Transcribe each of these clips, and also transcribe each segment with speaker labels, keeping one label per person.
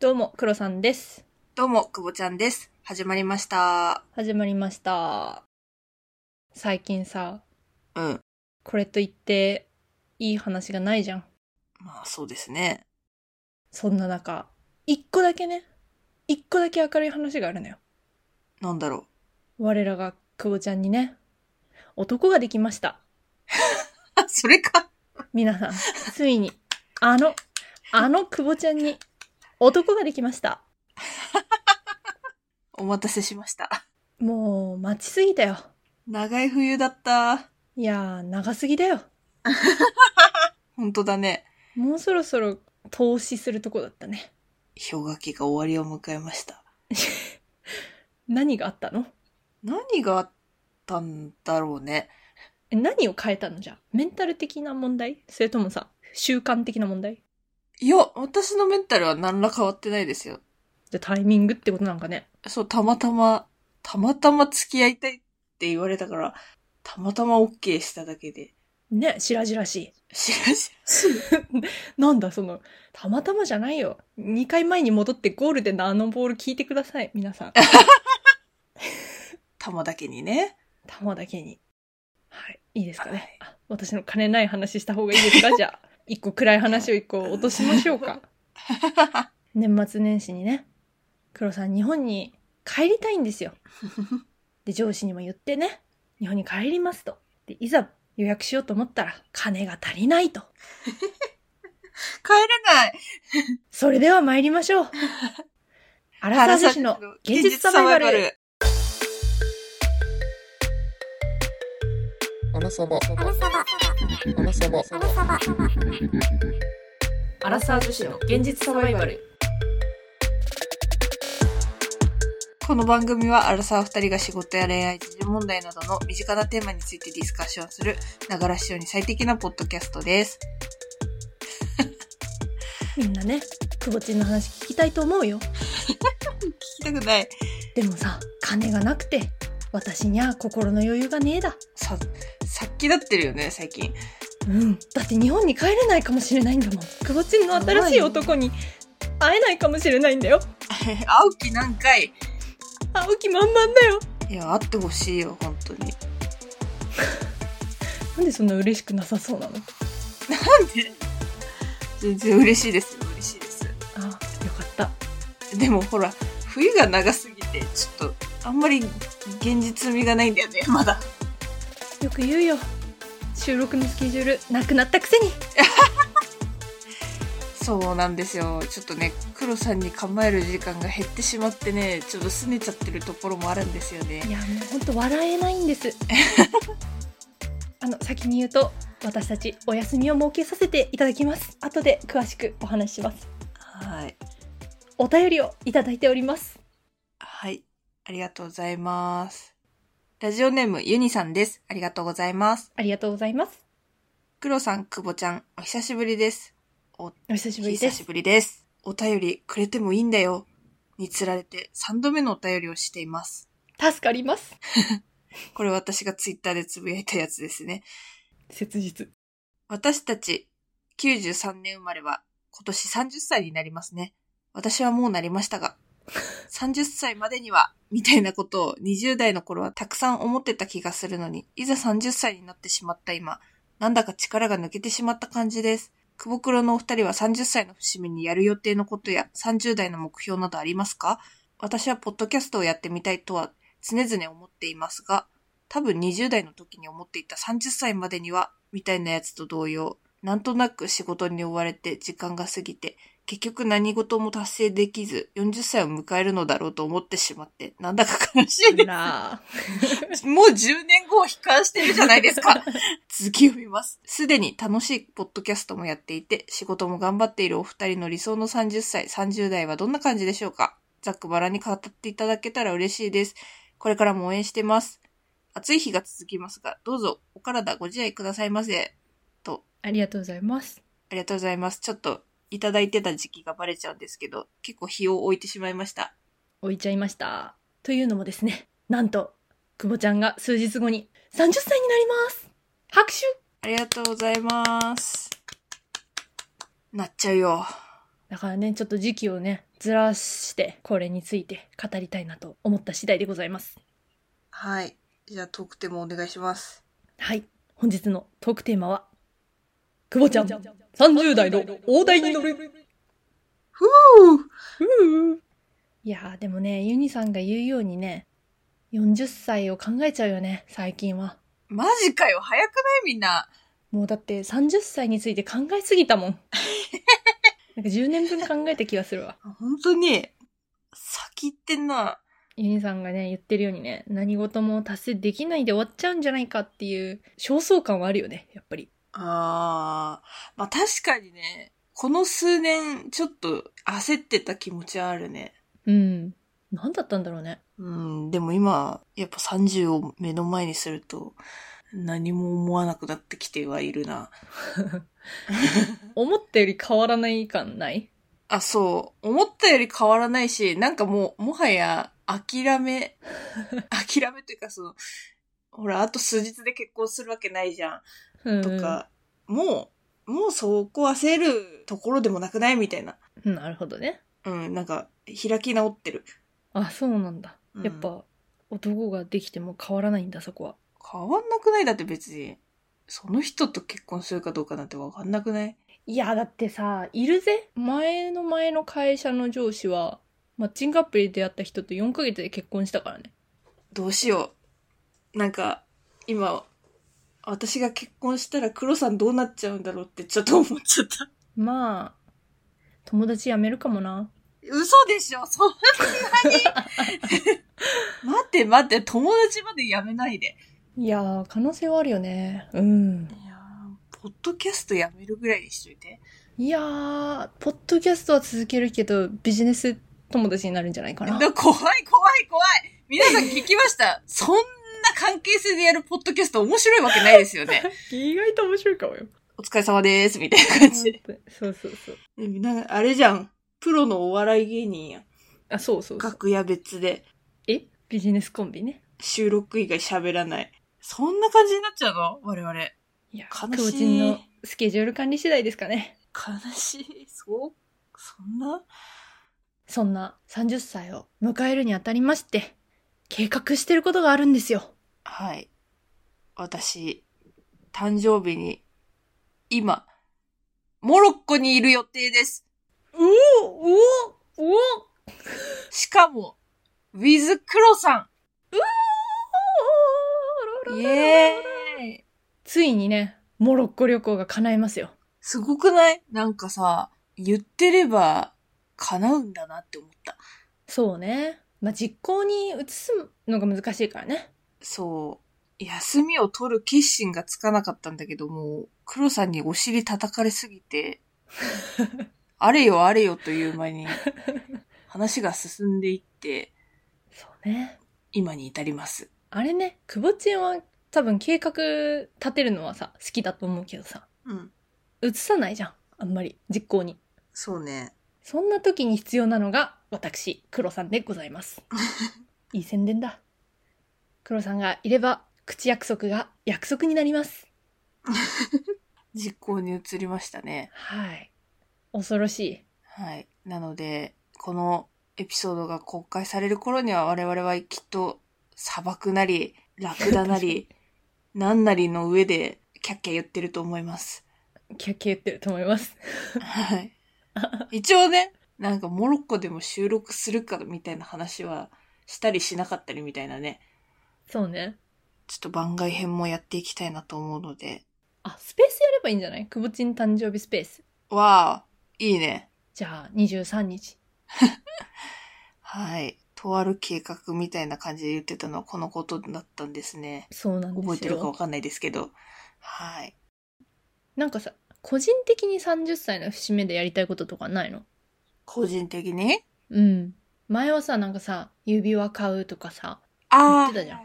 Speaker 1: どうも、黒さんです。
Speaker 2: どうも、くぼちゃんです。始まりました。
Speaker 1: 始まりました。最近さ、
Speaker 2: うん。
Speaker 1: これといって、いい話がないじゃん。
Speaker 2: まあ、そうですね。
Speaker 1: そんな中、一個だけね、一個だけ明るい話があるのよ。
Speaker 2: なんだろ
Speaker 1: 我らが、久保ちゃんにね、男ができました。
Speaker 2: う。あ、 それか。
Speaker 1: 皆さん、ついに、あの、あの久保ちゃんに、男ができました。
Speaker 2: お待たせしました。
Speaker 1: もう、待ちすぎたよ。
Speaker 2: 長い冬だった。
Speaker 1: いやー、長すぎだよ。
Speaker 2: ほんとだね。
Speaker 1: もうそろそろ、投資するとこだったね。
Speaker 2: 氷河期が終わりを迎えました。
Speaker 1: 何があったの
Speaker 2: 何があったんだろうね。
Speaker 1: え何を変えたのじゃあメンタル的な問題それともさ習慣的な問題
Speaker 2: いや、私のメンタルは何ら変わってないですよ。
Speaker 1: じゃあタイミングってことなんかね
Speaker 2: そう、たまたま、たまたま付き合いたいって言われたから、たまたま OK しただけで。
Speaker 1: ね白々し
Speaker 2: 知らし
Speaker 1: い なんだそのたまたまじゃないよ2回前に戻ってゴールデンのあのボール聞いてください皆さん
Speaker 2: たまだけにね。
Speaker 1: 玉だけにはいいいですかね、
Speaker 2: はい
Speaker 1: あ私の金ない話した方がいいですかじゃあ一個暗い話を一個落としましょうか年末年始にね黒さん日本に帰りたいん ですよで、上司にも言ってね、日本に帰りますと。で、いざ予約しようと思ったら、金が足りないと。
Speaker 2: 帰れない
Speaker 1: それでは参りまし ょう。アラサー女子の現実サバイバル。。
Speaker 3: アラサバ。アラサバ。アラサバ。
Speaker 1: アラサー女子の現実サバイバル。
Speaker 2: この番組はアラサー二人が仕事や恋愛、時事問題などの身近なテーマについてディスカッションする、ながら視聴に最適なポッドキャストです。
Speaker 1: みんなね、くぼちんの話聞きたいと思うよ。
Speaker 2: 聞きたくない。
Speaker 1: でもさ、金がなくて、私には心の余裕がねえだ。
Speaker 2: さ、さっきだってるよね、最近。
Speaker 1: うん。だって日本に帰れないかもしれないんだもん。くぼちんの新しい男に会えないかもしれないんだよ。
Speaker 2: 青木何回
Speaker 1: 会う気満々だよ。
Speaker 2: いや、会ってほしいよ、本当に。
Speaker 1: なんでそんな嬉しくなさそうなの
Speaker 2: 全然嬉しいですよ、嬉しいです。
Speaker 1: あ、よかった。
Speaker 2: でもほら、冬が長すぎて、ちょっと、あんまり現実味がないんだよね、まだ。
Speaker 1: よく言うよ収録のスケジュールなくなったくせに
Speaker 2: そうなんですよ。ちょっとね、黒さんに構える時間が減ってしまってね、ちょっと拗ねちゃってるところもあるんですよね。
Speaker 1: いやもうほんと笑えないんです あの先に言うと私たちお休みを設けさせていただきます後で詳しくお話しします
Speaker 2: はい。
Speaker 1: お便りをいただいております
Speaker 2: はい。ありがとうございます。ラジオネーム、ユニさんです。ありがとうございます。
Speaker 1: ありがとうございます
Speaker 2: 黒さん、くぼちゃん、お久しぶりです。
Speaker 1: お久しぶりで
Speaker 2: 久
Speaker 1: す
Speaker 2: しぶりです。お便りくれてもいいんだよ。につられて3度目のお便りをしています。
Speaker 1: 助かります
Speaker 2: これ私がツイッターでつぶやいたやつですね。
Speaker 1: 切実
Speaker 2: 私たち93年生まれは今年30歳になりますね。私はもうなりましたが、30歳までには、みたいなことを20代の頃はたくさん思ってた気がするのに、いざ30歳になってしまった今、なんだか力が抜けてしまった感じです。久保黒のお二人は30歳の節目にやる予定のことや30代の目標などありますか私はポッドキャストをやってみたいとは常々思っていますが、多分20代の時に思っていた30歳までには、みたいなやつと同様、なんとなく仕事に追われて時間が過ぎて、結局何事も達成できず、40歳を迎えるのだろうと思ってしまって、なんだか悲しいで
Speaker 1: ら
Speaker 2: す。もう10年後を悲観してるじゃないですか。続きを見ます。すでに楽しいポッドキャストもやっていて、仕事も頑張っているお二人の理想の30歳、30代はどんな感じでしょうかざっくばらんに語っていただけたら嬉しいです。これからも応援してます。暑い日が続きますが、どうぞお体ご自愛くださいませ。
Speaker 1: ありがとうございます
Speaker 2: ありがとうございます。ちょっといただいてた時期がバレちゃうんですけど、結構日を置いてしまいました。
Speaker 1: 置いちゃいましたというのもですねなんと久保ちゃんが数日後に30歳になります拍手
Speaker 2: ありがとうございます。なっちゃうよ。
Speaker 1: だからね、ちょっと時期をね、ずらして、これについて語りたいなと思った次第でございます。
Speaker 2: はい。じゃあ、トークテーマお願いします。
Speaker 1: はい。本日のトークテーマは、久保ちゃん、30代の大台に乗る。
Speaker 2: ふぅ
Speaker 1: いやー、でもね、ユニさんが言うようにね、40歳を考えちゃうよね、最近は。
Speaker 2: マジかよ早くないみんな。
Speaker 1: もうだって30歳について考えすぎたも ん。なんか10年分考えた気がするわ。
Speaker 2: 本当に、先行ってんな。
Speaker 1: ユニさんがね、言ってるようにね、何事も達成できないで終わっちゃうんじゃないかっていう、焦燥感はあるよね、やっぱり。
Speaker 2: あー。まあ、確かにね、この数年、ちょっと焦ってた気持ちはあるね。
Speaker 1: うん。何だったんだろうね。
Speaker 2: うん、でも今、やっぱ30を目の前にすると、何も思わなくなってきてはいるな。
Speaker 1: 思ったより変わらない感ない
Speaker 2: あ、そう。思ったより変わらないし、なんかもう、もはや、諦め、 諦めというか、その、ほら、あと数日で結婚するわけないじゃ
Speaker 1: うん
Speaker 2: ん。とか、もう、もうそこ焦るところでもなくないみたいな。
Speaker 1: うん。なるほどね。
Speaker 2: うん、なんか、開き直ってる。
Speaker 1: あ、そうなんだ。
Speaker 2: うん
Speaker 1: やっぱ、男ができても変わらないんだ、そこは。
Speaker 2: 変わんなくないだって別に、その人と結婚するかどうかなんてわかんなくない
Speaker 1: いや、だってさ、いるぜ。前の前の会社の上司は、マッチングアプリで出会った人と4ヶ月で結婚したからね。
Speaker 2: どうしよう。なんか、今、私が結婚したら黒さんどうなっちゃうんだろうってちょっと思っちゃった。
Speaker 1: まあ、友達辞めるかもな。
Speaker 2: 嘘でしょそんなに 待って待って、友達までやめないで。
Speaker 1: いやー、可能性はあるよね。うん。
Speaker 2: いやーポッドキャストやめるぐらいにしといて。
Speaker 1: いやー、ポッドキャストは続けるけど、ビジネス友達になるんじゃないかな。
Speaker 2: だ怖い怖い怖い皆さん聞きました そんな関係性でやるポッドキャスト面白いわけないですよね。
Speaker 1: 意外と面白いかもよ。
Speaker 2: お疲れ様です、みたいな感じで。
Speaker 1: そうそうそう。
Speaker 2: なんかあれじゃん。プロのお笑い芸人やん。
Speaker 1: あ、そうそうそう。
Speaker 2: 楽屋別で。
Speaker 1: えビジネスコンビね。
Speaker 2: 収録以外喋らない。そんな感じになっちゃうの我々。
Speaker 1: いや、
Speaker 2: 悲し
Speaker 1: く
Speaker 2: い
Speaker 1: ぼちんのスケジュール管理次第ですかね。
Speaker 2: 悲しい。そうそんな
Speaker 1: そんな30歳を迎えるにあたりまして、計画してることがあるんですよ。
Speaker 2: はい。私、誕生日に、今、モロッコにいる予定です。
Speaker 1: うおうおうお
Speaker 2: しかも、ウィズクロさん。イエーイ。
Speaker 1: ついにね、モロッコ旅行が叶えますよ。
Speaker 2: すごくないなんかさ、言ってれば、叶うんだなって思った。
Speaker 1: そうね。まあ、実行に移すのが難しいからね。
Speaker 2: そう。休みを取る決心がつかなかったんだけども、黒さんにお尻叩かれすぎ て、あれよあれよという間に、話が進んでいって、
Speaker 1: そうね。
Speaker 2: 今に至ります。
Speaker 1: あれね、くぼちんは多分計画立てるのはさ、好きだと思うけどさ、
Speaker 2: うん。
Speaker 1: 移さないじゃん。あんまり、実行に。
Speaker 2: そうね。
Speaker 1: そんな時に必要なのが私、黒さんでござい ます。いい宣伝だ。黒さんがいれば、口約束が約束になります。
Speaker 2: 実行に移りましたね。
Speaker 1: はい。恐ろしい。
Speaker 2: はい。なので、このエピソードが公開される頃には我々はきっと砂漠なり、ラクダなり、なんなりの上でキャッキャ言ってると思います。
Speaker 1: キャッキャ言ってると思います。
Speaker 2: はい。一応ね、なんかモロッコでも収録するかみたいな話はしたりしなかったりみたいなね、
Speaker 1: そうね。
Speaker 2: ちょっと番外編もやっていきたいなと思うので、
Speaker 1: あ、スペースやればいいんじゃないくぼちん誕生日スペース。
Speaker 2: わあ、いいね。
Speaker 1: じゃあ、23日。
Speaker 2: はい。とある計画みたいな感じで言ってたのはこのことだったんですね。
Speaker 1: そうなんですよ。
Speaker 2: 覚えてるかわかんないですけど。はい。
Speaker 1: なんかさ、個人的に30歳の節目でやりたいこととかないの
Speaker 2: 個人的に
Speaker 1: うん。前はさ、なんかさ、指輪買うとかさ、
Speaker 2: ああ
Speaker 1: 言ってたじゃん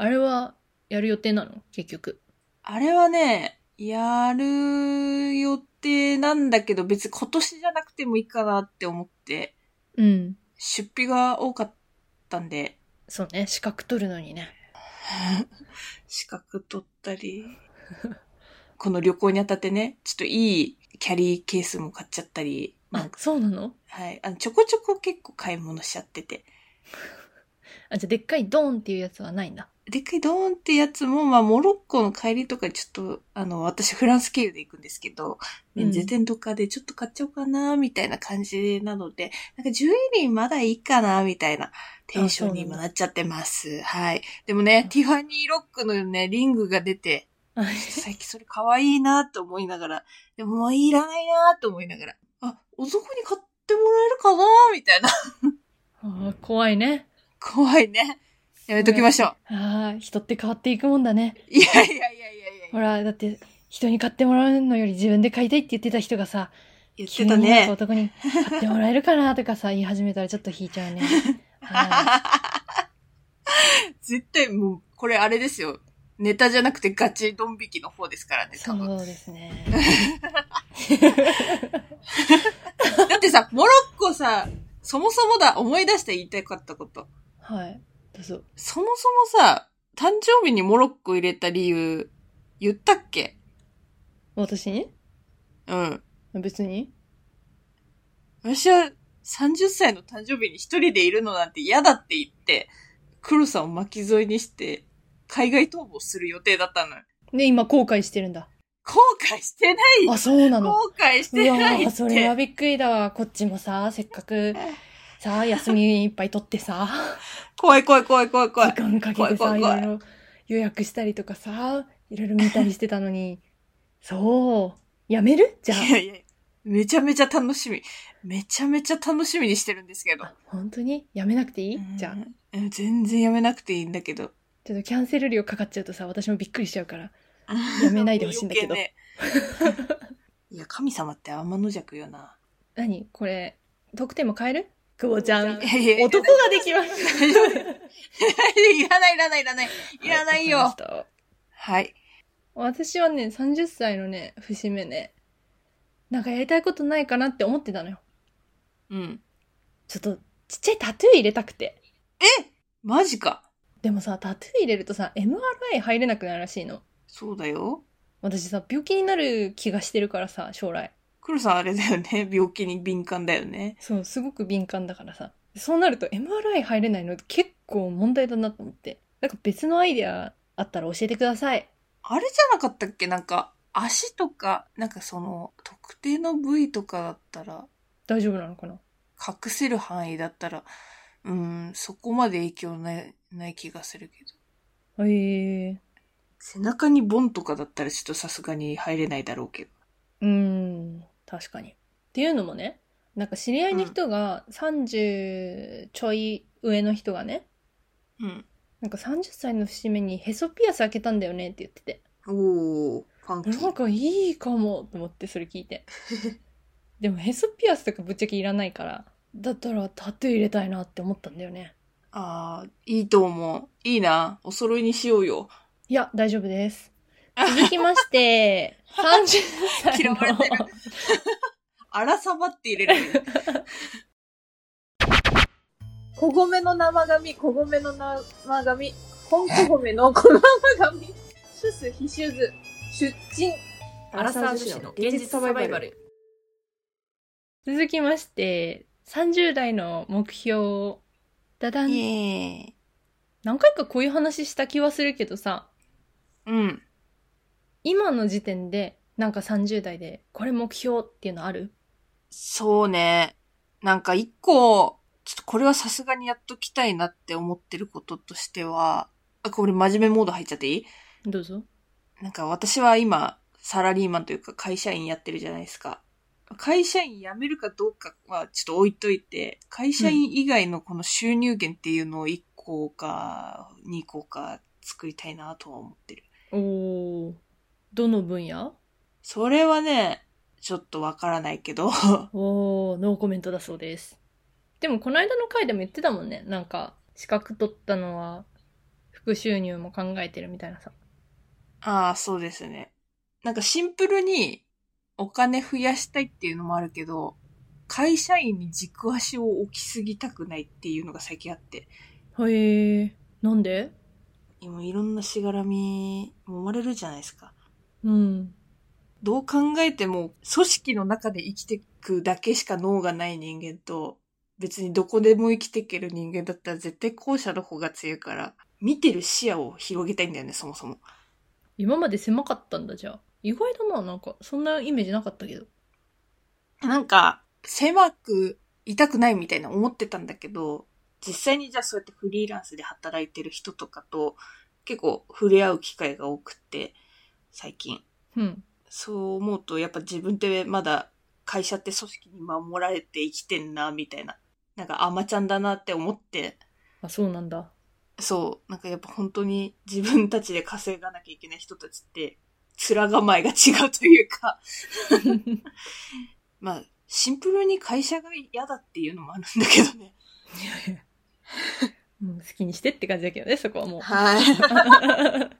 Speaker 1: あれはやる予定なの結局。
Speaker 2: あれはね、やる予定なんだけど、別に今年じゃなくてもいいかなって思って、
Speaker 1: うん。
Speaker 2: 出費が多かったんで、
Speaker 1: そうね、資格取るのにね。
Speaker 2: 資格取っ たり、この旅行にあたってね、ちょっといいキャリーケースも買っちゃったり、
Speaker 1: あ
Speaker 2: まあ、
Speaker 1: そうなの
Speaker 2: はい。あの、ちょこちょこ結構買い物しちゃってて。
Speaker 1: あ、じゃあでっかいドーンっていうやつはないんだ。
Speaker 2: でっかいドーンってやつも、まあ、モロッコの帰りとかちょっと、あの、私フランス経由で行くんですけど、
Speaker 1: う
Speaker 2: ね
Speaker 1: ん
Speaker 2: ゼテンとかでちょっと買っちゃおうかな、みたいな感じなので、なんかジュエリーまだいいかな、みたいなテンションに今なっちゃってます。はい。でもね、ティファニーロックのね、リングが出て、
Speaker 1: あ
Speaker 2: 最近それ可愛いなと思いながら、でももういらないなと思いながら、あ、男に買ってもらえるかな、みたいな。
Speaker 1: あ怖いね。
Speaker 2: 怖いね。やめときましょう。
Speaker 1: ああ、人って変わっていくもんだね。
Speaker 2: いやいやいやいやいやいや。
Speaker 1: ほら、だって、人に買ってもらうのより自分で買いたいって言ってた人がさ、
Speaker 2: 言って
Speaker 1: 急
Speaker 2: た
Speaker 1: に なんか
Speaker 2: ね。
Speaker 1: 男に買ってもらえるかなとかさ、言い始めたらちょっと引いちゃうね。は
Speaker 2: 絶対もう、これあれですよ。ネタじゃなくてガチドン引きの方ですから
Speaker 1: い
Speaker 2: ね、
Speaker 1: そ
Speaker 2: 多分。
Speaker 1: うですね。
Speaker 2: だってさ、モロッコさ、そもそもだ、思い出して言いたかったこと。
Speaker 1: はい。どうぞ。
Speaker 2: そもそもさ、誕生日にモロッコ入れた理由、言ったっけ
Speaker 1: 私に
Speaker 2: うん。
Speaker 1: 別に
Speaker 2: 私は30歳の誕生日に一人でいるのなんて嫌だって言って、黒さんを巻き添えにして、海外逃亡する予定だったのよ。
Speaker 1: で、今後悔してるんだ。
Speaker 2: 後悔してないよ
Speaker 1: あ、そうなの。
Speaker 2: 後悔し
Speaker 1: う
Speaker 2: て
Speaker 1: わ
Speaker 2: ないって。
Speaker 1: ーそれはびっくりだわ。こっちもさ、せっかく、さ、休みいっぱい取ってさ、
Speaker 2: 怖い怖い怖い怖い怖い
Speaker 1: 時。間かけて
Speaker 2: 怖
Speaker 1: さ、
Speaker 2: い
Speaker 1: い
Speaker 2: 怖
Speaker 1: ろ
Speaker 2: い怖い
Speaker 1: いろ予約したりとかさ、いろいろ見たりしてたのに、そう、やめるじゃ
Speaker 2: いやいや、めちゃめちゃ楽しみ。めちゃめちゃ楽しみにしてるんですけど
Speaker 1: あ。。あ本当にやめなくていいじゃあ、
Speaker 2: うん全然やめなくていいんだけ ど。
Speaker 1: ちょっとキャンセル料かかっちゃうとさ、私もびっくりしちゃうから。やめないでほしいんだけど
Speaker 2: 余 計ねいや、神様って天の弱よな。
Speaker 1: 何これ、特典も変える久保ちゃん
Speaker 2: い。やいやいや
Speaker 1: 男ができました。
Speaker 2: いらないいらないいらない。いらない
Speaker 1: はわ
Speaker 2: よ。
Speaker 1: かりました
Speaker 2: はい。
Speaker 1: 私はね、30歳のね、節目ね、なんかやりたいことないかなって思ってたのよ。
Speaker 2: うん。
Speaker 1: ちょっと、ちっちゃいタトゥー入れたくて。
Speaker 2: マジか。
Speaker 1: でもさ、タトゥー入れるとさ、MRI 入れなくなるらしいの。
Speaker 2: そうだよ。
Speaker 1: 私さ、病気になる気がしてるからさ、将来。
Speaker 2: 黒さんあれだよね。 病気に敏感だよね。
Speaker 1: そう、すごく敏感だからさ。そうなると MRI 入れないの結構問題だなと思って。なんか別のアイデアあったら教えてください。
Speaker 2: あれじゃなかったっけなんか、足とか、なんかその、特定の部位とかだったら、
Speaker 1: 大丈夫なのかな
Speaker 2: 隠せる範囲だったら、うん、そこまで影響ない、ない気がするけ
Speaker 1: え
Speaker 2: ど。
Speaker 1: ー、
Speaker 2: 背中にボンとかだったらちょっとさすがに入れないだろうけど。
Speaker 1: うーん、確かに。っていうのもね、なんか知り合いの人が30ちょい上の人がね、
Speaker 2: うん。
Speaker 1: なんか30歳の節目にへそピアス開けたんだよねって言ってて。
Speaker 2: おー、ファンキ
Speaker 1: なん
Speaker 2: ー。
Speaker 1: かいいかもと思ってそれ聞いて。でもへそピアスとかぶっちゃけいらないから、だったらタトゥー入れたいなって思ったんだよね。
Speaker 2: あー、いいと思う。いいな。お揃いにしようよ。
Speaker 1: いや、大丈夫です。続きまして、30歳
Speaker 2: 嫌
Speaker 1: の
Speaker 2: われてる。あらさばって入れる よね。
Speaker 4: 小米の生髪、小米の生髪、本小米の小生髪、 シュス、ヒシュズ、出陳。
Speaker 5: アラサー女子の現実サバイバル。
Speaker 1: 続きまして、30代の目標、ダダン。
Speaker 2: イ
Speaker 1: 何回かこういう話した気はするけどさ、
Speaker 2: エーイ。うん。
Speaker 1: 今の時点で、なんか30代で、これ目標っていうのある
Speaker 2: そうね。なんか一個、ちょっとこれはさすがにやっときたいなって思ってることとしては、あ、これ真面目モード入っちゃっていい
Speaker 1: どうぞ。
Speaker 2: なんか私は今、サラリーマンというか会社員やってるじゃないですか。会社員辞めるかどうかはちょっと置いといて、会社員以外のこの収入源っていうのを1個か2個か作りたいなとは思ってる。
Speaker 1: おー。どの分野
Speaker 2: それはね、ちょっとわからないけど。
Speaker 1: おー、ノーコメントだそうです。でも、この間の回でも言ってたもんね。なんか、資格取ったのは、副収入も考えてるみたいなさ。
Speaker 2: ああ、そうですね。なんかシンプルにお金増やしたいっていうのもあるけど、会社員に軸足を置きすぎたくないっていうのが最近あって。
Speaker 1: へー。なんで
Speaker 2: 今いろんなしがらみ揉まれるじゃないですか。
Speaker 1: うん。
Speaker 2: どう考えても、組織の中で生きてくだけしか脳がない人間と、別にどこでも生きていける人間だったら絶対後者の方が強いから、見てる視野を広げたいんだよね、そもそも。
Speaker 1: 今まで狭かったんだじゃあ意外だななんかそんなイメージなかったけど
Speaker 2: なんか、狭く痛くないみたいな思ってたんだけど、実際にじゃあそうやってフリーランスで働いてる人とかと結構触れ合う機会が多くって、最近。
Speaker 1: うん
Speaker 2: そう思うと、やっぱ自分ってまだ会社って組織に守られて生きてんな、みたいな。なんか甘ちゃんだなって思って、
Speaker 1: あそうなんだ
Speaker 2: そう、なんかやっぱ本当に自分たちで稼がなきゃいけない人たちって、面構えが違うという か、まあ、シンプルに会社が嫌だっていうのもあるんだけどね。
Speaker 1: もう好きにしてって感じだけどねそこは もう
Speaker 2: はい。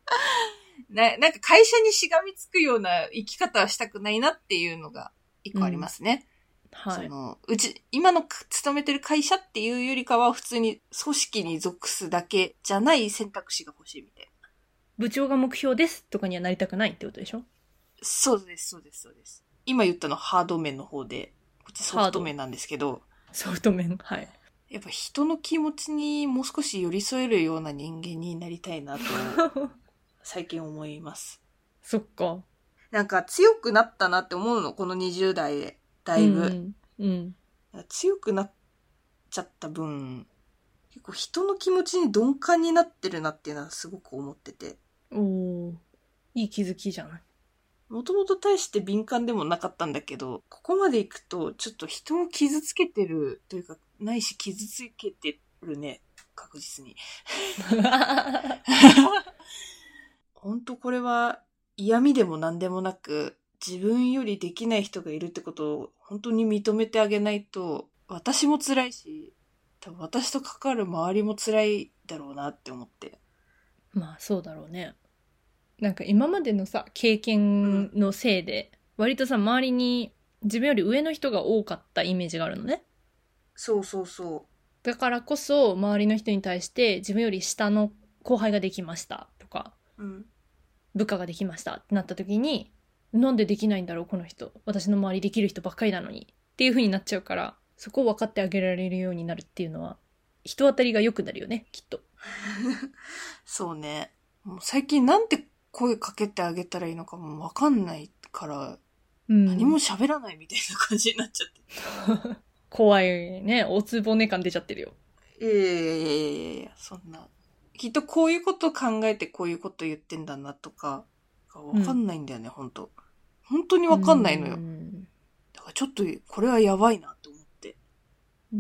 Speaker 2: ななんか会社にしがみつくような生き方はしたくないなっていうのが一個ありますね。
Speaker 1: は
Speaker 2: そ
Speaker 1: い
Speaker 2: のうち、今の勤めてる会社っていうよりかは普通に組織に属すだけじゃない選択肢が欲しいみたいな。
Speaker 1: 部長が目標ですとかにはなりたくないってことでしょ
Speaker 2: そうです、そうです、そうです。今言ったのハード面の方で、こっちソフト面なんですけど、
Speaker 1: ソフト面はい
Speaker 2: やっぱ人の気持ちにもう少し寄り添えるような人間になりたいなと、最近思います。
Speaker 1: そっか
Speaker 2: なんか強くなったなって思うの、この20代で。だいぶ。
Speaker 1: うんうん
Speaker 2: 強くなっちゃった分、結構人の気持ちに鈍感になってるなっていうのはすごく思ってて。
Speaker 1: うん、おーいい気づきじゃ ない
Speaker 2: もともと大して敏感でもなかったんだけど、ここまで行くと、ちょっと人を傷つけてるというか、ないし傷つけてるね。確実に。ほんとこれは嫌味でも何でもなく、自分よりできない人がいるってことを本当に認めてあげないと、私も辛いし、多分私と関わる周りも辛いだろうなって思って。
Speaker 1: まあそうだろうねなんか今までのさ経験のせいで、割とさ周りに自分より上の人が多かったイメージがあるのね
Speaker 2: そうそうそう。
Speaker 1: だからこそ周りの人に対して自分より下の後輩ができましたとか
Speaker 2: うん。
Speaker 1: 部下ができましたってなった時になんでできないんだろうこの人私の周りできる人ばっかりなのにっていう風になっちゃうからそこを分かってあげられるようになるっていうのは人当たりが良くなるよねきっと
Speaker 2: そうね。もう最近なんて声かけてあげたらいいのかもわかんないから、
Speaker 1: うん
Speaker 2: 何も喋らないみたいな感じになっちゃって。
Speaker 1: 怖いねおつぼね感出ちゃってるよ
Speaker 2: いやいやいやいやいや、そんな。きっとこういうこと考えてこういうこと言ってんだなとか、わかんないんだよね、本当本当にわかんないのよ
Speaker 1: う。ん
Speaker 2: だからちょっと、これはやばいなと思って。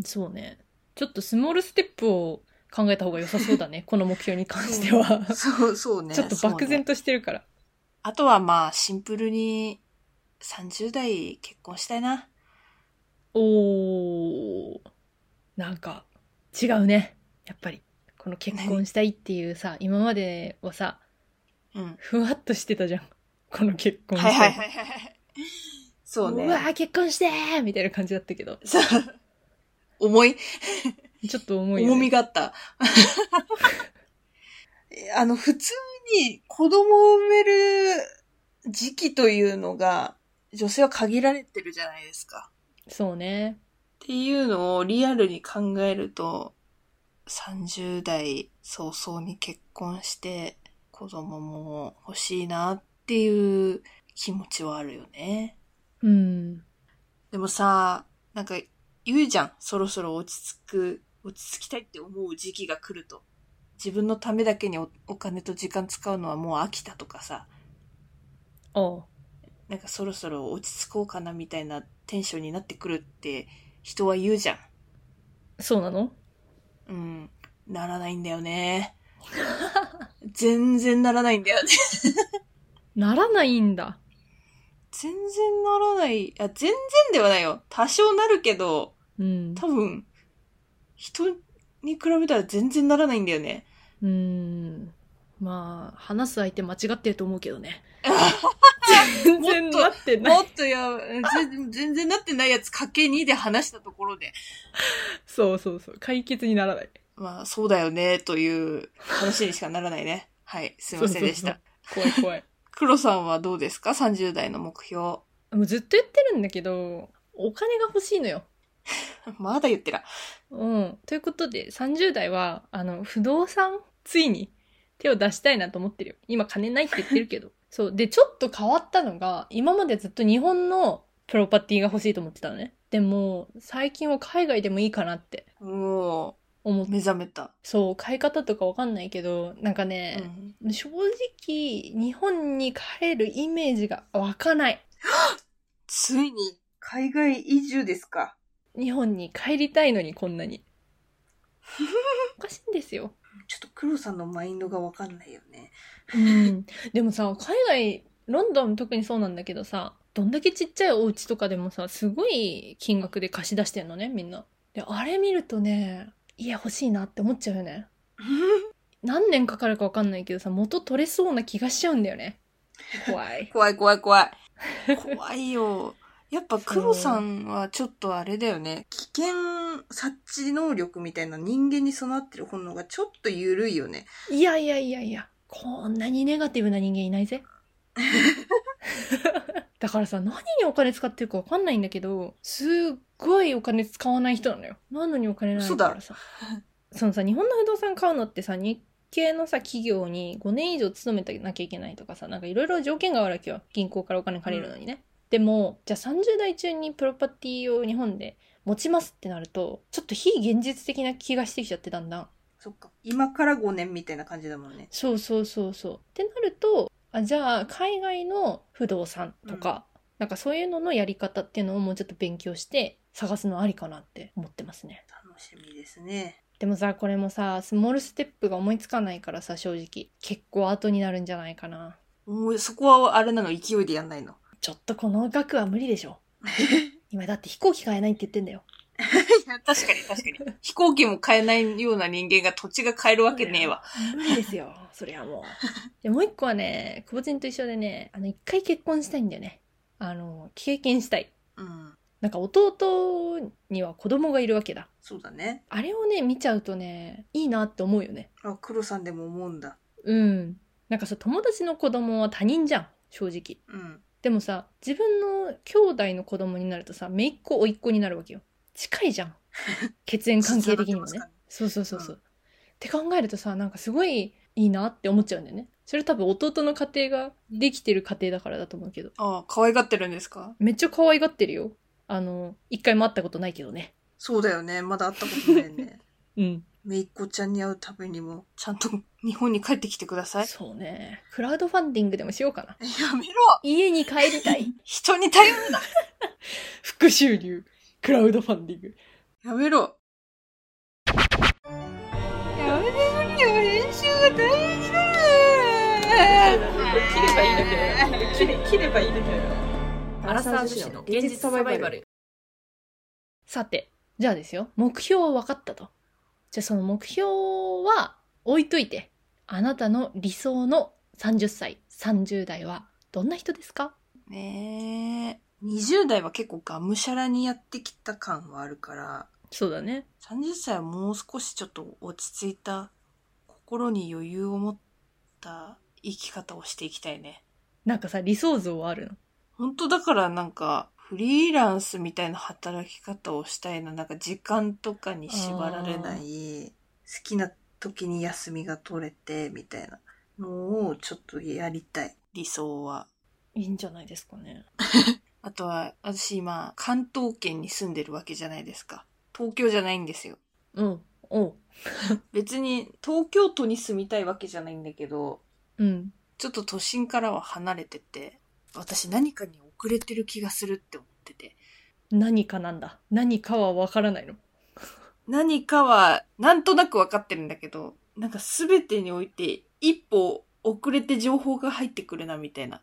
Speaker 1: そうねちょっとスモールステップを考えた方が良さそうだ ねこの目標に関しては、
Speaker 2: そう、そうね。
Speaker 1: ちょっと漠
Speaker 2: そうね
Speaker 1: 然としてるから、
Speaker 2: あとはまあ、シンプルに、30代結婚したいな。
Speaker 1: おーなんか違うねやっぱりこの結婚したいっていうさ今まではさ
Speaker 2: うん。
Speaker 1: ふわっとしてたじゃんこの結婚
Speaker 2: はい
Speaker 1: した
Speaker 2: はい
Speaker 1: い
Speaker 2: はいはい。そうね。
Speaker 1: うわー結婚してーみたいな感じだったけど
Speaker 2: そう。重い、
Speaker 1: ちょっと重いよね
Speaker 2: 重みがあった。 あの、普通に子供を産める時期というのが、女性は限られてるじゃないですか。
Speaker 1: そうね
Speaker 2: っていうのをリアルに考えると、30代早々に結婚して、子供も欲しいなっていう気持ちはあるよね。
Speaker 1: うん
Speaker 2: でもさ、なんか言うじゃん。そろそろ落ち着く、落ち着きたいって思う時期が来ると。自分のためだけにおお金と時間使うのはもう飽きたとかさ、
Speaker 1: おう
Speaker 2: なんかそろそろ落ち着こうかなみたいなテンションになってくるって人は言うじゃん。
Speaker 1: そうなの
Speaker 2: うん。ならないんだよね。全然ならないんだよね。
Speaker 1: ならないんだ
Speaker 2: 全然ならない。あ、全然ではないよ。多少なるけど、
Speaker 1: うん
Speaker 2: 多分、人に比べたら全然ならないんだよね。
Speaker 1: うーんまあ話す相手間違ってると思うけど ね全然なってない
Speaker 2: もっとや、全全然なってないやつかけ2で話したところで、
Speaker 1: そうそうそう解決にならない
Speaker 2: まあそうだよね、という話にしかならないね。はい、すいませんでした。
Speaker 1: 怖い怖い
Speaker 2: 黒さんはどうですか ?30 代の目標。
Speaker 1: もうずっと言ってるんだけど、お金が欲しいのよ。
Speaker 2: まだ言ってら。
Speaker 1: うん。ということで、30代は、あの、不動産、ついに手を出したいなと思ってるよ。今金ないって言ってるけど。そう。で、ちょっと変わったのが、今までずっと日本のプロパティが欲しいと思ってたのね。でも、最近は海外でもいいかなって
Speaker 2: も
Speaker 1: 思っ
Speaker 2: う、目覚めた。
Speaker 1: そう、買い方とかわかんないけど、なんか
Speaker 2: う
Speaker 1: ね、
Speaker 2: ん
Speaker 1: 正直、日本に帰るイメージが湧かない。
Speaker 2: ついに、海外移住ですか。
Speaker 1: 日本に帰りたいのに、こんなに。おかしいんですよ。
Speaker 2: ちょっと黒さんのマインドがわかんないよね。
Speaker 1: うん、でもさ海外ロンドン特にそうなんだけどさどんだけちっちゃいお家とかでもさすごい金額で貸し出してんのねみんなであれ見るとね家欲しいなって思っちゃうよね何年かかるか分かんないけどさ元取れそうな気がしちゃうんだよね怖い
Speaker 2: 怖い怖い怖い。 怖いよ。やっぱ黒さんはちょっとあれだよね。危険察知能力みたいな人間に備わってる本能がちょっと緩いよね。
Speaker 1: いやいやいやいやこんなにネガティブな人間いないぜだからさ何にお金使ってるか分かんないんだけどすっごいお金使わない人なのよなのにお金ないからさそのさ日本の不動産買うのってさ日系のさ企業に5年以上勤めてなきゃいけないとかさなんかいろいろ条件があるわけよ銀行からお金借りるのにね、でもじゃあ30代中にプロパティを日本で持ちますってなるとちょっと非現実的な気がしてきちゃってだんだん
Speaker 2: そっか。今から5年みたいな感じだもんね。
Speaker 1: そうそうそうそう。ってなるとあじゃあ海外の不動産とか、なんかそういうののやり方っていうのをもうちょっと勉強して探すのありかなって思ってますね。
Speaker 2: 楽しみですね。
Speaker 1: でもさこれもさスモールステップが思いつかないからさ正直結構後になるんじゃないかな。
Speaker 2: もうそこはあれなの勢いでやんないの。
Speaker 1: ちょっとこの額は無理でし ょ。今だって飛行機買えないって言ってんだよ。
Speaker 2: いや確かに確かに。飛行機も買えないような人間が土地が買えるわけねえわ。
Speaker 1: 無理ですよ。 そりゃもう。でもう一個はね、久保ちんと一緒でね、あの一回結婚したいんだよね。あの、経験したい。
Speaker 2: うん。
Speaker 1: なんか弟には子供がいるわけだ。
Speaker 2: そうだね。
Speaker 1: あれをね、見ちゃうとね、いいなって思うよね。
Speaker 2: あ、黒さんでも思うんだ。
Speaker 1: うん。なんかさ、友達の子供は他人じゃん、正直。
Speaker 2: うん。
Speaker 1: でもさ、自分の兄弟の子供になるとさ、姪っ子、甥っ子になるわけよ。近いじゃ ん。血縁関係的にも
Speaker 2: つ
Speaker 1: ね
Speaker 2: ながってますから。
Speaker 1: そうそうそうそう。って考えるとさ、なんかすごいいいなって思っちゃうんだよね。それ多分弟の家庭ができてる家庭だからだと思うけど。
Speaker 2: ああ、可愛がってるんですか
Speaker 1: めっちゃ可愛がってるよ。あの、一回も会ったことないけどね。
Speaker 2: そうだよね。まだ会ったことないね。
Speaker 1: うん。
Speaker 2: めいっ子ちゃんに会うためにも、ちゃんと日本に帰ってきてください。
Speaker 1: そうね。クラウドファンディングでもしようかな。
Speaker 2: やめろ
Speaker 1: 家に帰りた い。
Speaker 2: 人に頼るな
Speaker 1: 副収入。クラウドファンディング。
Speaker 2: やめろやめろよ練習が大事だよ
Speaker 1: 切ればいいだけだよ。切れ切ればいいだけだよ。
Speaker 5: アラサー女子の現実サバイバル。
Speaker 1: さて、じゃあですよ。目標は分かったと。じゃあその目標は置いといて。あなたの理想の30歳、30代はどんな人ですか
Speaker 2: ねえ20代は結構がむしゃらにやってきた感はあるから
Speaker 1: そうだね。
Speaker 2: 30歳はもう少しちょっと落ち着いた心に余裕を持った生き方をしていきたいね
Speaker 1: なんかさ、理想像はあるの
Speaker 2: 本当だからなんかフリーランスみたいな働き方をしたいななんか時間とかに縛られない好きな時に休みが取れてみたいなのをちょっとやりたい理想はい
Speaker 1: いんじゃないですかね。
Speaker 2: あとは私今関東圏に住んでるわけじゃないですか東京じゃないんですよ
Speaker 1: うん。おう。
Speaker 2: 別に東京都に住みたいわけじゃないんだけど
Speaker 1: うん。
Speaker 2: ちょっと都心からは離れてて私何かに遅れてる気がするって思ってて
Speaker 1: 何かなんだ。何かは分からないの。
Speaker 2: 何かは、なんとなく分かってるんだけど、なんか全てにおいて、一歩遅れて情報が入ってくるな、みたい な。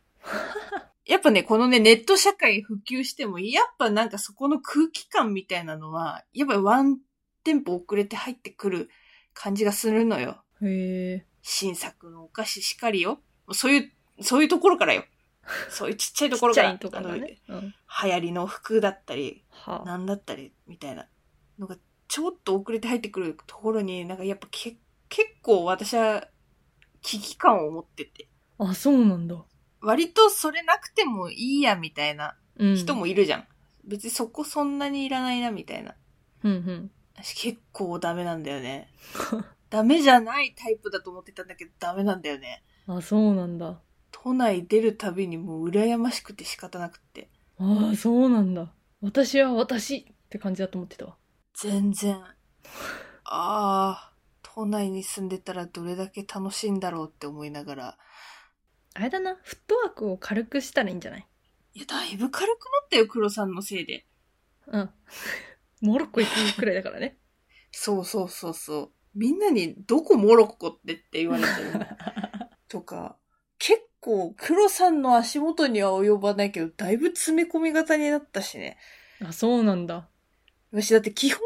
Speaker 2: やっぱね、このね、ネット社会普及しても、やっぱなんかそこの空気感みたいなのは、やっぱワンテンポ遅れて入ってくる感じがするのよ。
Speaker 1: へえ。
Speaker 2: 新作のお菓子しかりよ。もうそういう、そういうところからよ。そういうちっちゃいところから。
Speaker 1: ちっちゃいところだね。うん。
Speaker 2: あの流行りの服だったり、
Speaker 1: はあ、
Speaker 2: なんだったりみたいなのがちょっと遅れて入ってくるところになんかやっぱけ結構私は危機感を持ってて
Speaker 1: あそうなんだ
Speaker 2: 割とそれなくてもいいやみたいな
Speaker 1: うん
Speaker 2: 人もいるじゃん。別にそこそんなにいらないなみたいな。
Speaker 1: うんうん
Speaker 2: 私結構ダメなんだよ ね。ダメじゃないタイプだと思ってたんだけどダメなんだよね。
Speaker 1: あそうなんだ
Speaker 2: 都内出るたびにもう羨ましくて仕方なくって。
Speaker 1: ああそうなんだ私は私って感じだと思ってたわ
Speaker 2: 全然。ああ、都内に住んでたらどれだけ楽しいんだろうって思いながら。
Speaker 1: あれだなフットワークを軽くしたらいいんじゃない
Speaker 2: いや、だいぶ軽くなったよ、黒さんのせいで。
Speaker 1: うん モロッコ行くくらいだからね
Speaker 2: そうそうそうそう。みんなにどこモロッコってって言われて る。とか、結構黒さんの足元には及ばないけど、だいぶ詰め込み型になったしね。
Speaker 1: あそうなんだ
Speaker 2: 私だって基本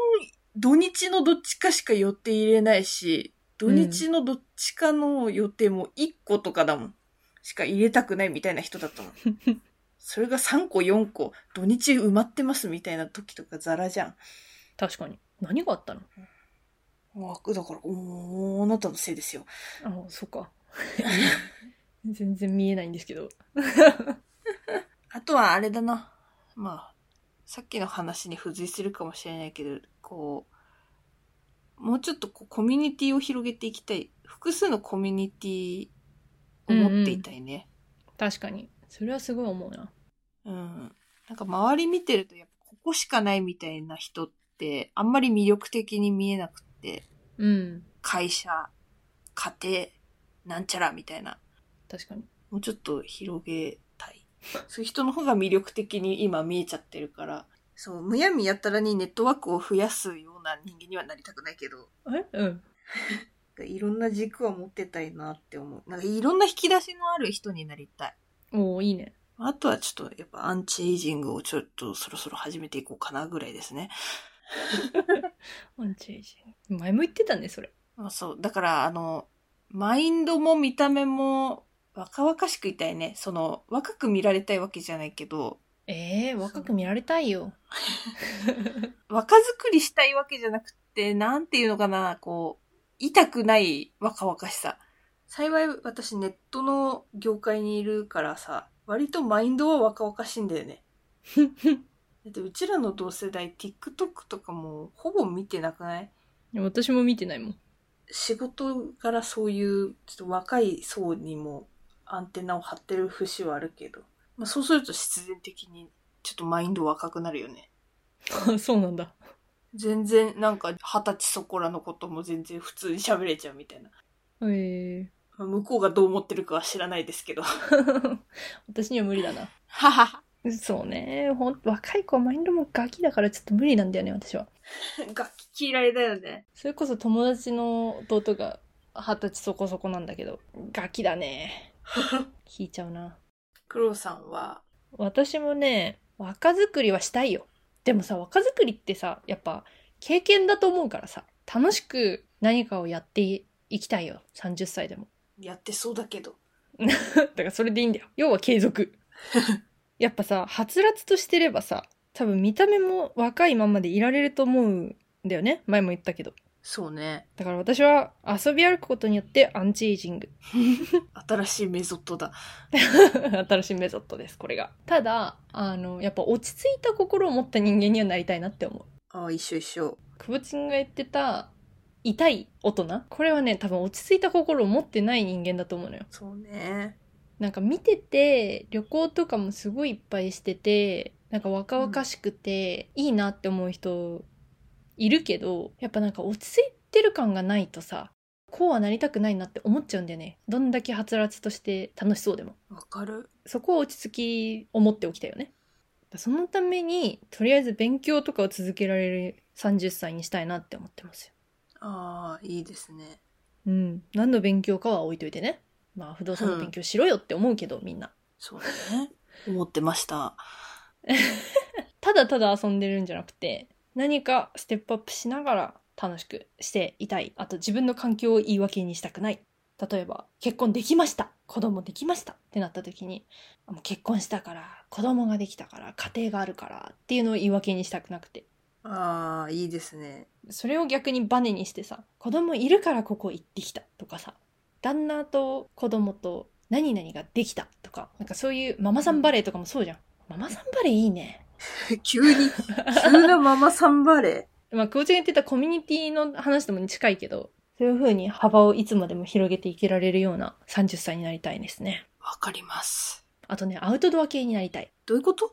Speaker 2: 土日のどっちかしか予定入れないし、土日のどっちかの予定も1個とかだもん。しか入れたくないみたいな人だったもん。それが3個4個、土日埋まってますみたいな時とかザラじゃん。
Speaker 1: 確かに何があったの
Speaker 2: もうだから、おーあなたのせいですよ。
Speaker 1: あそうか 全然見えないんですけど
Speaker 2: あとはあれだな。まあ、さっきの話に付随するかもしれないけど、こう、もうちょっとこうコミュニティを広げていきたい。複数のコミュニティを持っていたいね。
Speaker 1: 確かにそれはすごい思うな
Speaker 2: うんなんか周り見てると、やっぱここしかないみたいな人って、あんまり魅力的に見えなくって、
Speaker 1: うん
Speaker 2: 会社、家庭、なんちゃらみたいな。
Speaker 1: 確かに
Speaker 2: もうちょっと広げたい。そういう人の方が魅力的に今見えちゃってるから、そう、むやみやたらにネットワークを増やすような人間にはなりたくないけど、
Speaker 1: えうん
Speaker 2: いろんな軸は持ってたいなって思う。なんかいろんな引き出しのある人になりたい。
Speaker 1: おおいいね
Speaker 2: あとはちょっとやっぱアンチエイジングをちょっとそろそろ始めていこうかなぐらいですね。
Speaker 1: アンチエイジング前も言ってたねそれ
Speaker 2: まあそう、だからあの、マインドも見た目も若々しくいたいね。その、若く見られたいわけじゃないけど、
Speaker 1: えー、若く見られたいよ
Speaker 2: 若作りしたいわけじゃなくて、なんていうのかな、こう、痛くない若々しさ。幸い私ネットの業界にいるからさ、割とマインドは若々しいんだよね。だってうちらの同世代 TikTok とかもほぼ見てなくない
Speaker 1: 私も見てないもん
Speaker 2: 仕事からそういうちょっと若い層にもアンテナを張ってる節はあるけど、まあ、そうすると必然的にちょっとマインド若くなるよね。
Speaker 1: あ そうなんだ
Speaker 2: 全然なんか二十歳そこらのことも全然普通に喋れちゃうみたいな。
Speaker 1: ええ
Speaker 2: まあ向こうがどう思ってるかは知らないですけど。は
Speaker 1: ー、 私には無理だな
Speaker 2: はは。
Speaker 1: そうねほん若い子はマインドもガキだからちょっと無理なんだよね私は
Speaker 2: 楽器嫌いだよね。
Speaker 1: それこそ友達の弟が二十歳そこそこなんだけどガキだね聞いちゃうな
Speaker 2: クロウさんは、
Speaker 1: 私もね若作りはしたいよでもさ若作りってさやっぱ経験だと思うからさ楽しく何かをやっていきたいよ30歳でも
Speaker 2: やってそうだけど。
Speaker 1: だからそれでいいんだよ要は継 続やっぱさはつらつとしてればさ多分見た目も若いまんまでいられると思うんだよね前も言ったけど
Speaker 2: そうね。
Speaker 1: だから私は遊び歩くことによってアンチエイジング
Speaker 2: 新しいメソッドだ。
Speaker 1: 新しいメソッドですこれがただあのやっぱ落ち着いた心を持った人間にはなりたいなって思う
Speaker 2: ああ、一緒一緒。
Speaker 1: 久保ちんが言ってた痛い大人これはね多分落ち着いた心を持ってない人間だと思うのよ
Speaker 2: そうね。
Speaker 1: なんか見てて旅行とかもすごいいっぱいしててなんか若々しくて、いいなって思う人いるけどやっぱなんか落ち着いてる感がないとさこうはなりたくないなって思っちゃうんだよねどんだけはつらつとして楽しそうでも
Speaker 2: わかる。
Speaker 1: そこを落ち着きを持っておきたいよねそのためにとりあえず勉強とかを続けられる30歳にしたいなって思ってますよ
Speaker 2: ああ、いいですね。
Speaker 1: うん、何の勉強かは置いといてねまあ不動産の勉強しろよって思うけど、みんな
Speaker 2: そう ね。思ってました。
Speaker 1: ただただ遊んでるんじゃなくて何かステップアップしながら楽しくしていたいあと自分の環境を言い訳にしたくない例えば結婚できました子供できましたってなった時にもう結婚したから子供ができたから家庭があるからっていうのを言い訳にしたくなくて
Speaker 2: ああ、いいですね。
Speaker 1: それを逆にバネにしてさ子供いるからここ行ってきたとかさ旦那と子供と何々ができたとか、なんかそういうママさんバレーとかもそうじゃん。ママさんバレーいいね。
Speaker 2: 急に、急なママさんバレ
Speaker 1: まあ、クオチが言ってたコミュニティの話とも近いけど、そういう風に幅をいつまでも広げていけられるような30歳になりたいですね。
Speaker 2: ー。わかります。
Speaker 1: あとね、アウトドア系になりたい。
Speaker 2: どういうこと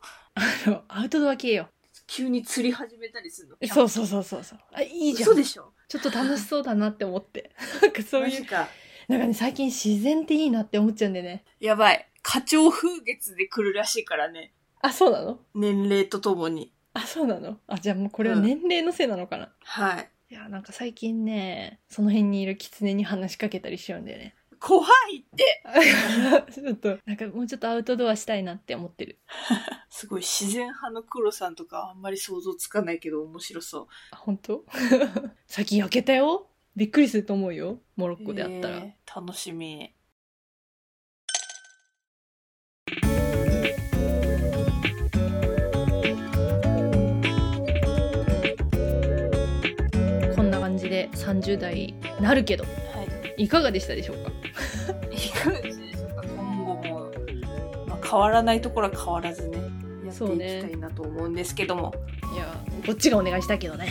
Speaker 1: あのアウトドア系よ。
Speaker 2: 急に釣り始めたりするの。
Speaker 1: そううそうそうそうそう。あ、いいじゃん
Speaker 2: 嘘。でしょ
Speaker 1: ちょっと楽しそうだなって思って。 なんかそう
Speaker 2: マ
Speaker 1: い
Speaker 2: ジ
Speaker 1: う、
Speaker 2: か。
Speaker 1: なんかね、最近自然っていいなって思っちゃうんでね。
Speaker 2: やばい。花鳥風月で来るらしいからね。
Speaker 1: あ、そうなの
Speaker 2: 年齢とともに。
Speaker 1: あ、そうなのあ、じゃあもうこれは年齢のせいなのかな。
Speaker 2: はい。
Speaker 1: いや、なんか最近ね、その辺にいる狐に話しかけたりしちゃうんだよね。
Speaker 2: 怖いって。
Speaker 1: ちょっと、なんかもうちょっとアウトドアしたいなって思ってる。
Speaker 2: すごい自然派の黒さんとかあんまり想像つかないけど面白そう。
Speaker 1: あ、本当 最近焼けたよびっくりすると思うよ。モロッコであったら。
Speaker 2: えー楽しみ。
Speaker 1: こんな感じで30代なるけど、
Speaker 2: はい
Speaker 1: かがでしたでしょうか
Speaker 2: い。いかがでしたでしょうか今後も、まあ、変わらないところは変わらずね、やって
Speaker 1: そう
Speaker 2: いき
Speaker 1: ね
Speaker 2: たいなと思うんですけども。
Speaker 1: いや、こっちがお願いしたけどね。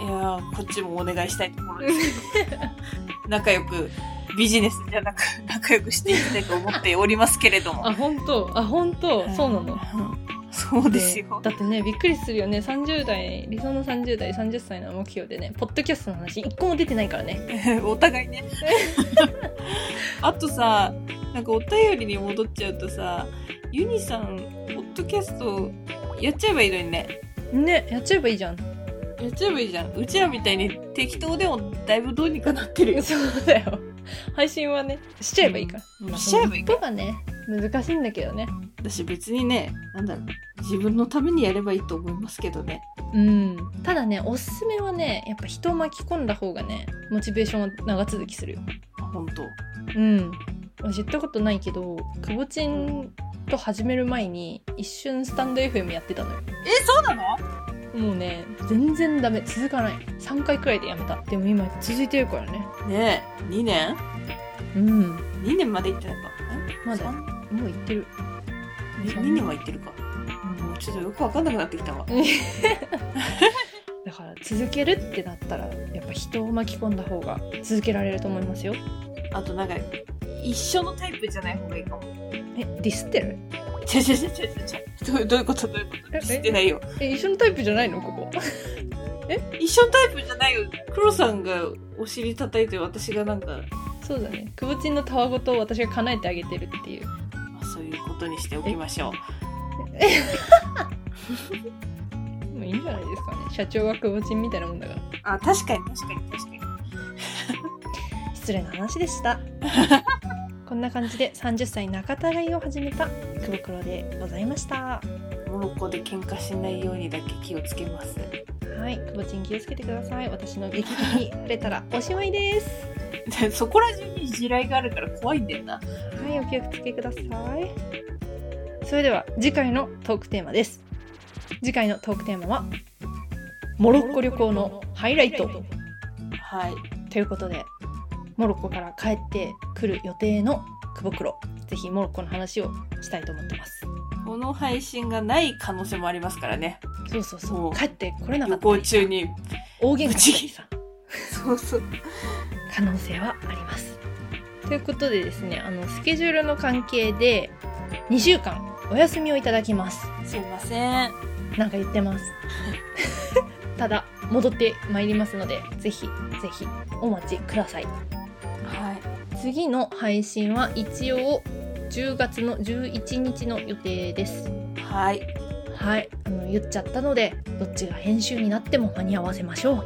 Speaker 2: いやーこっちもお願いしたいところです けど仲良くビジネスじゃなく仲良くしていきたいと思っておりますけれ ども
Speaker 1: あ、本当あ、本当そうなの。
Speaker 2: うんそうですよ、
Speaker 1: だってねびっくりするよね30代理想の30代30歳の目標でねポッドキャストの話一個も出てないからね
Speaker 2: お互いねあとさなんかお便りに戻っちゃうとさユニさんポッドキャストやっちゃえばいいのにね
Speaker 1: ねやっちゃえばいいじゃん
Speaker 2: やっちゃえばいいじゃんうちらみたいに適当でもだいぶどうにかなってる よ
Speaker 1: そうだよ配信はねしちゃえばいいから、
Speaker 2: うんしちゃえばいいか
Speaker 1: その一歩がね難しいんだけどね
Speaker 2: 私別にねなんだろう自分のためにやればいいと思いますけどね
Speaker 1: うんただねおすすめはねやっぱ人を巻き込んだ方がねモチベーションは長続きするよ
Speaker 2: 本当
Speaker 1: うん私言ったことないけどくぼちんと始める前に一瞬スタンド FM やってたのよ
Speaker 2: えそうなの
Speaker 1: もうね全然ダメ続かない3回くらいでやめたでも今続いてるからね
Speaker 2: ねえ2年
Speaker 1: うん
Speaker 2: ?2 年まで行ってないかえ
Speaker 1: まだ
Speaker 2: 三
Speaker 1: もう行ってる
Speaker 2: え2年は行ってるかもうちょっとよくわかんなくなってきたわ
Speaker 1: だから続けるってなったらやっぱ人を巻き込んだ方が続けられると思いますよ
Speaker 2: あとなんか一緒のタイプじゃない方がいいかも
Speaker 1: えディスってる
Speaker 2: ちゃちゃちゃちゃちゃちゃどうどういうことどういうこと
Speaker 1: え
Speaker 2: 知ってないよ
Speaker 1: え一緒のタイプじゃないのここ
Speaker 2: 一緒のタイプじゃないよ黒さんがお尻叩いて私がなんか、
Speaker 1: そうだねくぼちんのたわごとを私が叶えてあげてるっていう
Speaker 2: まあ、そういうことにしておきましょう
Speaker 1: もういいんじゃないですかね社長はくぼちんみたいなもんだから
Speaker 2: あ確かに確かに確かに
Speaker 1: 失礼な話で したこんな感じで30歳仲たがいを始めたくぼくろでございました
Speaker 2: モロッコで喧嘩しないようにだけ気をつけます
Speaker 1: はい、くぼちん気をつけてください。私の劇的に触れたらおしまいです。
Speaker 2: で そこら中に地雷があるから怖いんだよな
Speaker 1: はい、お気をつけください。それでは次回のトークテーマです。次回のトークテーマはモロッコ旅行のハイライト
Speaker 2: はい
Speaker 1: ということで、モロッコから帰ってくる予定のくぼくろ、ぜひモロッコの話をしたいと思ってます。
Speaker 2: この配信がない可能性もありますからね
Speaker 1: そうそう
Speaker 2: そ
Speaker 1: そうう、帰ってこれなか
Speaker 2: 旅
Speaker 1: ったり
Speaker 2: 行中に
Speaker 1: 大喧嘩したりさ。
Speaker 2: そうそう
Speaker 1: 可能性はあります。ということでですねあのスケジュールの関係で2週間お休みをいただきます
Speaker 2: すいません
Speaker 1: なんか言ってます ただ戻ってまいりますのでぜひぜひお待ちください
Speaker 2: は
Speaker 1: 次の配信は一応10月の11日の予定です
Speaker 2: いはい
Speaker 1: はいあの言っちゃったのでどっちが編集になっても間に合わせましょう
Speaker 2: はい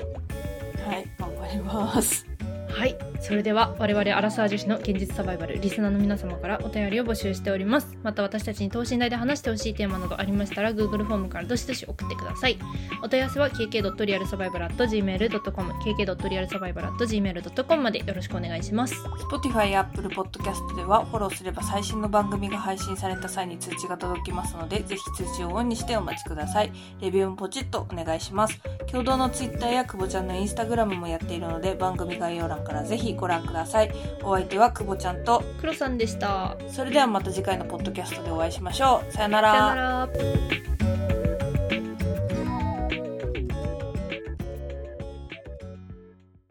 Speaker 2: 頑張ります
Speaker 1: はいそれでは我々アラサー女子の現実サバイバルリスナーの皆様からお便りを募集しておりますまた私たちに等身大で話してほしいテーマなどありましたら Google フォームからどしどし送ってくださいお問い合わせは kk.realsurvival.gmail.com kk.realsurvival.gmail.com までよろしくお願いします
Speaker 2: Spotify や Apple Podcast ではフォローすれば最新の番組が配信された際に通知が届きますのでぜひ通知をオンにしてお待ちくださいレビューもポチッとお願いします共同の Twitter や久保ちゃんの Instagram もやっているので番組概要欄からぜひひご覧ください。お相手は久保ちゃんと、
Speaker 1: 黒さんでした。
Speaker 2: それではまた次回のポッドキャストでお会いしましょう。さ
Speaker 1: さよ
Speaker 2: よ
Speaker 1: なら。
Speaker 2: 「